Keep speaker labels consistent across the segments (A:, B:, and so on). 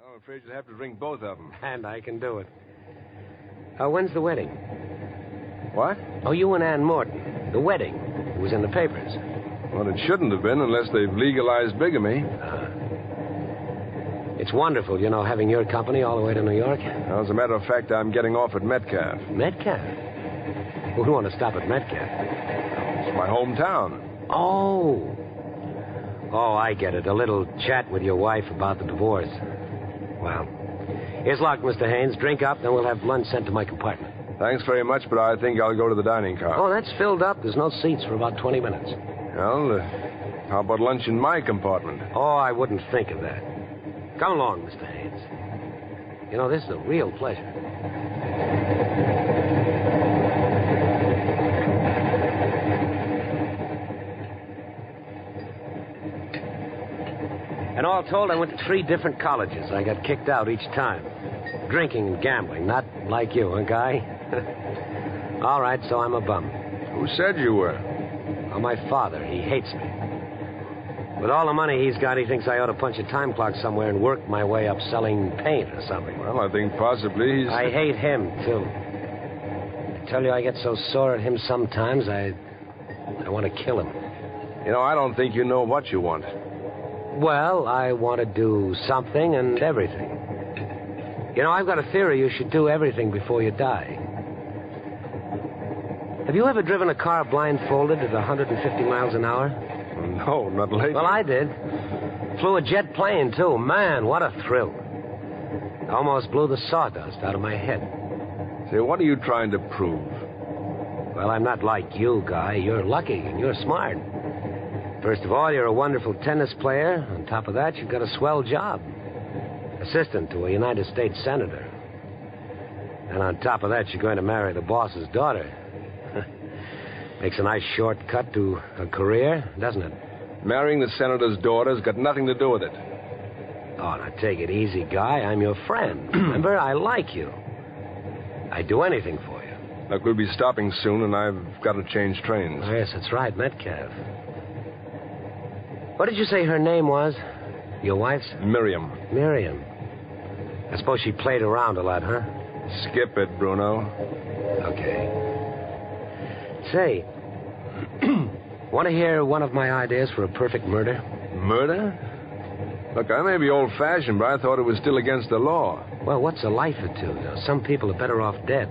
A: Oh, I'm afraid you'll have to drink both of them.
B: And I can do it. Uh, when's the wedding?
A: What?
B: Oh, you and Ann Morton. The wedding. It was in the papers.
A: Well, it shouldn't have been unless they've legalized bigamy.
B: It's wonderful, you know, having your company all the way to New York.
A: Now, as a matter of fact, I'm getting off at Metcalf.
B: Metcalf. Who'd want to stop at Metcalf?
A: It's my hometown.
B: Oh. Oh, I get it. A little chat with your wife about the divorce. Well, here's locked, Mr. Haynes. Drink up, then we'll have lunch sent to my compartment.
A: Thanks very much, but I think I'll go to the dining car.
B: Oh, that's filled up. There's no seats for about 20 minutes.
A: Well, uh, how about lunch in my compartment?
B: Oh, I wouldn't think of that. Come along, Mr. Haynes. You know, this is a real pleasure. And all told, I went to three different colleges. I got kicked out each time. Drinking and gambling, not like you, huh, Guy? all right, so I'm a bum.
A: Who said you were?
B: Well, my father, he hates me. With all the money he's got, he thinks I ought to punch a time clock somewhere and work my way up selling paint or something.
A: Well, I think possibly he's.
B: I hate him, too. I tell you, I get so sore at him sometimes, I. I want to kill him.
A: You know, I don't think you know what you want.
B: Well, I want to do something and everything. You know, I've got a theory you should do everything before you die. Have you ever driven a car blindfolded at 150 miles an hour?
A: No, not lately.
B: Well, I did. Flew a jet plane, too. Man, what a thrill. Almost blew the sawdust out of my head.
A: Say, what are you trying to prove?
B: Well, I'm not like you, Guy. You're lucky and you're smart. First of all, you're a wonderful tennis player. On top of that, you've got a swell job assistant to a United States senator. And on top of that, you're going to marry the boss's daughter. Makes a nice shortcut to a career, doesn't it?
A: Marrying the senator's daughter's got nothing to do with it.
B: Oh, now take it easy, guy. I'm your friend. Remember, I like you. I'd do anything for you.
A: Look, we'll be stopping soon, and I've got to change trains.
B: Oh, yes, that's right, Metcalf. What did you say her name was? Your wife's?
A: Miriam,
B: Miriam. I suppose she played around a lot, huh?
A: skip it, Bruno.
B: Okay. Say, want to hear one of my ideas for a perfect murder?
A: Murder? Look, I may be old fashioned, but I thought it was still against the law.
B: Well, what's a life or two? Now, some people are better off dead.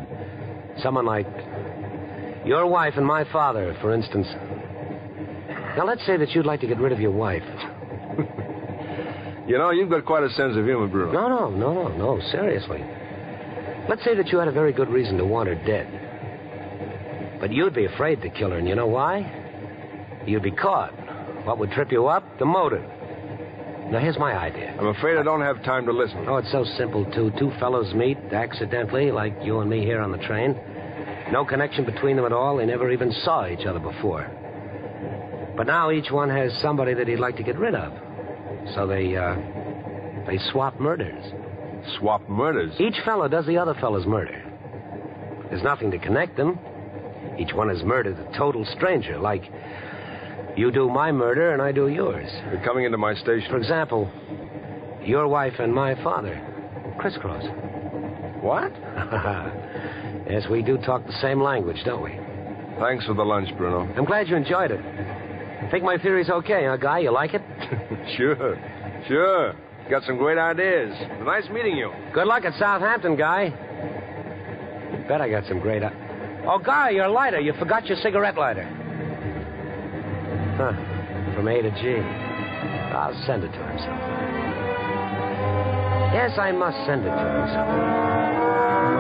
B: Someone like your wife and my father, for instance. Now, let's say that you'd like to get rid of your wife.
A: You know, you've got quite a sense of humor, Bruno.
B: No, no, no, no, no, seriously. Let's say that you had a very good reason to want her dead. But you'd be afraid to kill her, and you know why? You'd be caught. What would trip you up? The motive. Now, here's my idea.
A: I'm afraid I don't have time to listen.
B: Oh, it's so simple, too. Two fellows meet accidentally, like you and me here on the train. No connection between them at all. They never even saw each other before. But now each one has somebody that he'd like to get rid of. So they, uh, they swap murders.
A: Swap murders.
B: Each fellow does the other fellow's murder. There's nothing to connect them. Each one has murdered a total stranger, like you do my murder and I do yours.
A: You're coming into my
B: For
A: station.
B: example, your wife and my father, crisscross.
A: What?
B: yes, we do talk the same language, don't we?
A: Thanks for the lunch, Bruno.
B: I'm glad you enjoyed it. Think my theory's okay, huh, Guy? You like it?
A: Sure, sure. Got some great ideas. Nice meeting you.
B: Good luck at Southampton, Guy. Bet I got some great. I- oh, Guy, your lighter. You forgot your cigarette lighter. Huh. From A to G. I'll send it to him sometime. Yes, I must send it to him sometime.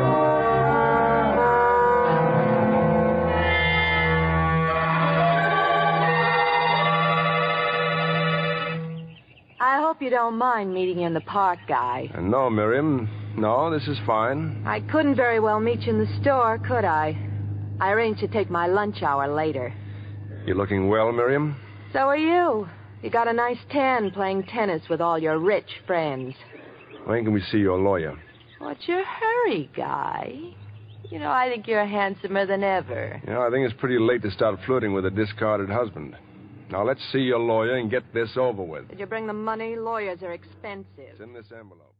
C: I hope you don't mind meeting you in the park, Guy.
A: And no, Miriam. No, this is fine.
C: I couldn't very well meet you in the store, could I? I arranged to take my lunch hour later.
A: You're looking well, Miriam.
C: So are you. You got a nice tan playing tennis with all your rich friends.
A: When can we see your lawyer?
C: What's your hurry, Guy? You know, I think you're handsomer than ever.
A: You know, I think it's pretty late to start flirting with a discarded husband. Now, let's see your lawyer and get this over with.
C: Did you bring the money? Lawyers are expensive.
A: It's in this envelope.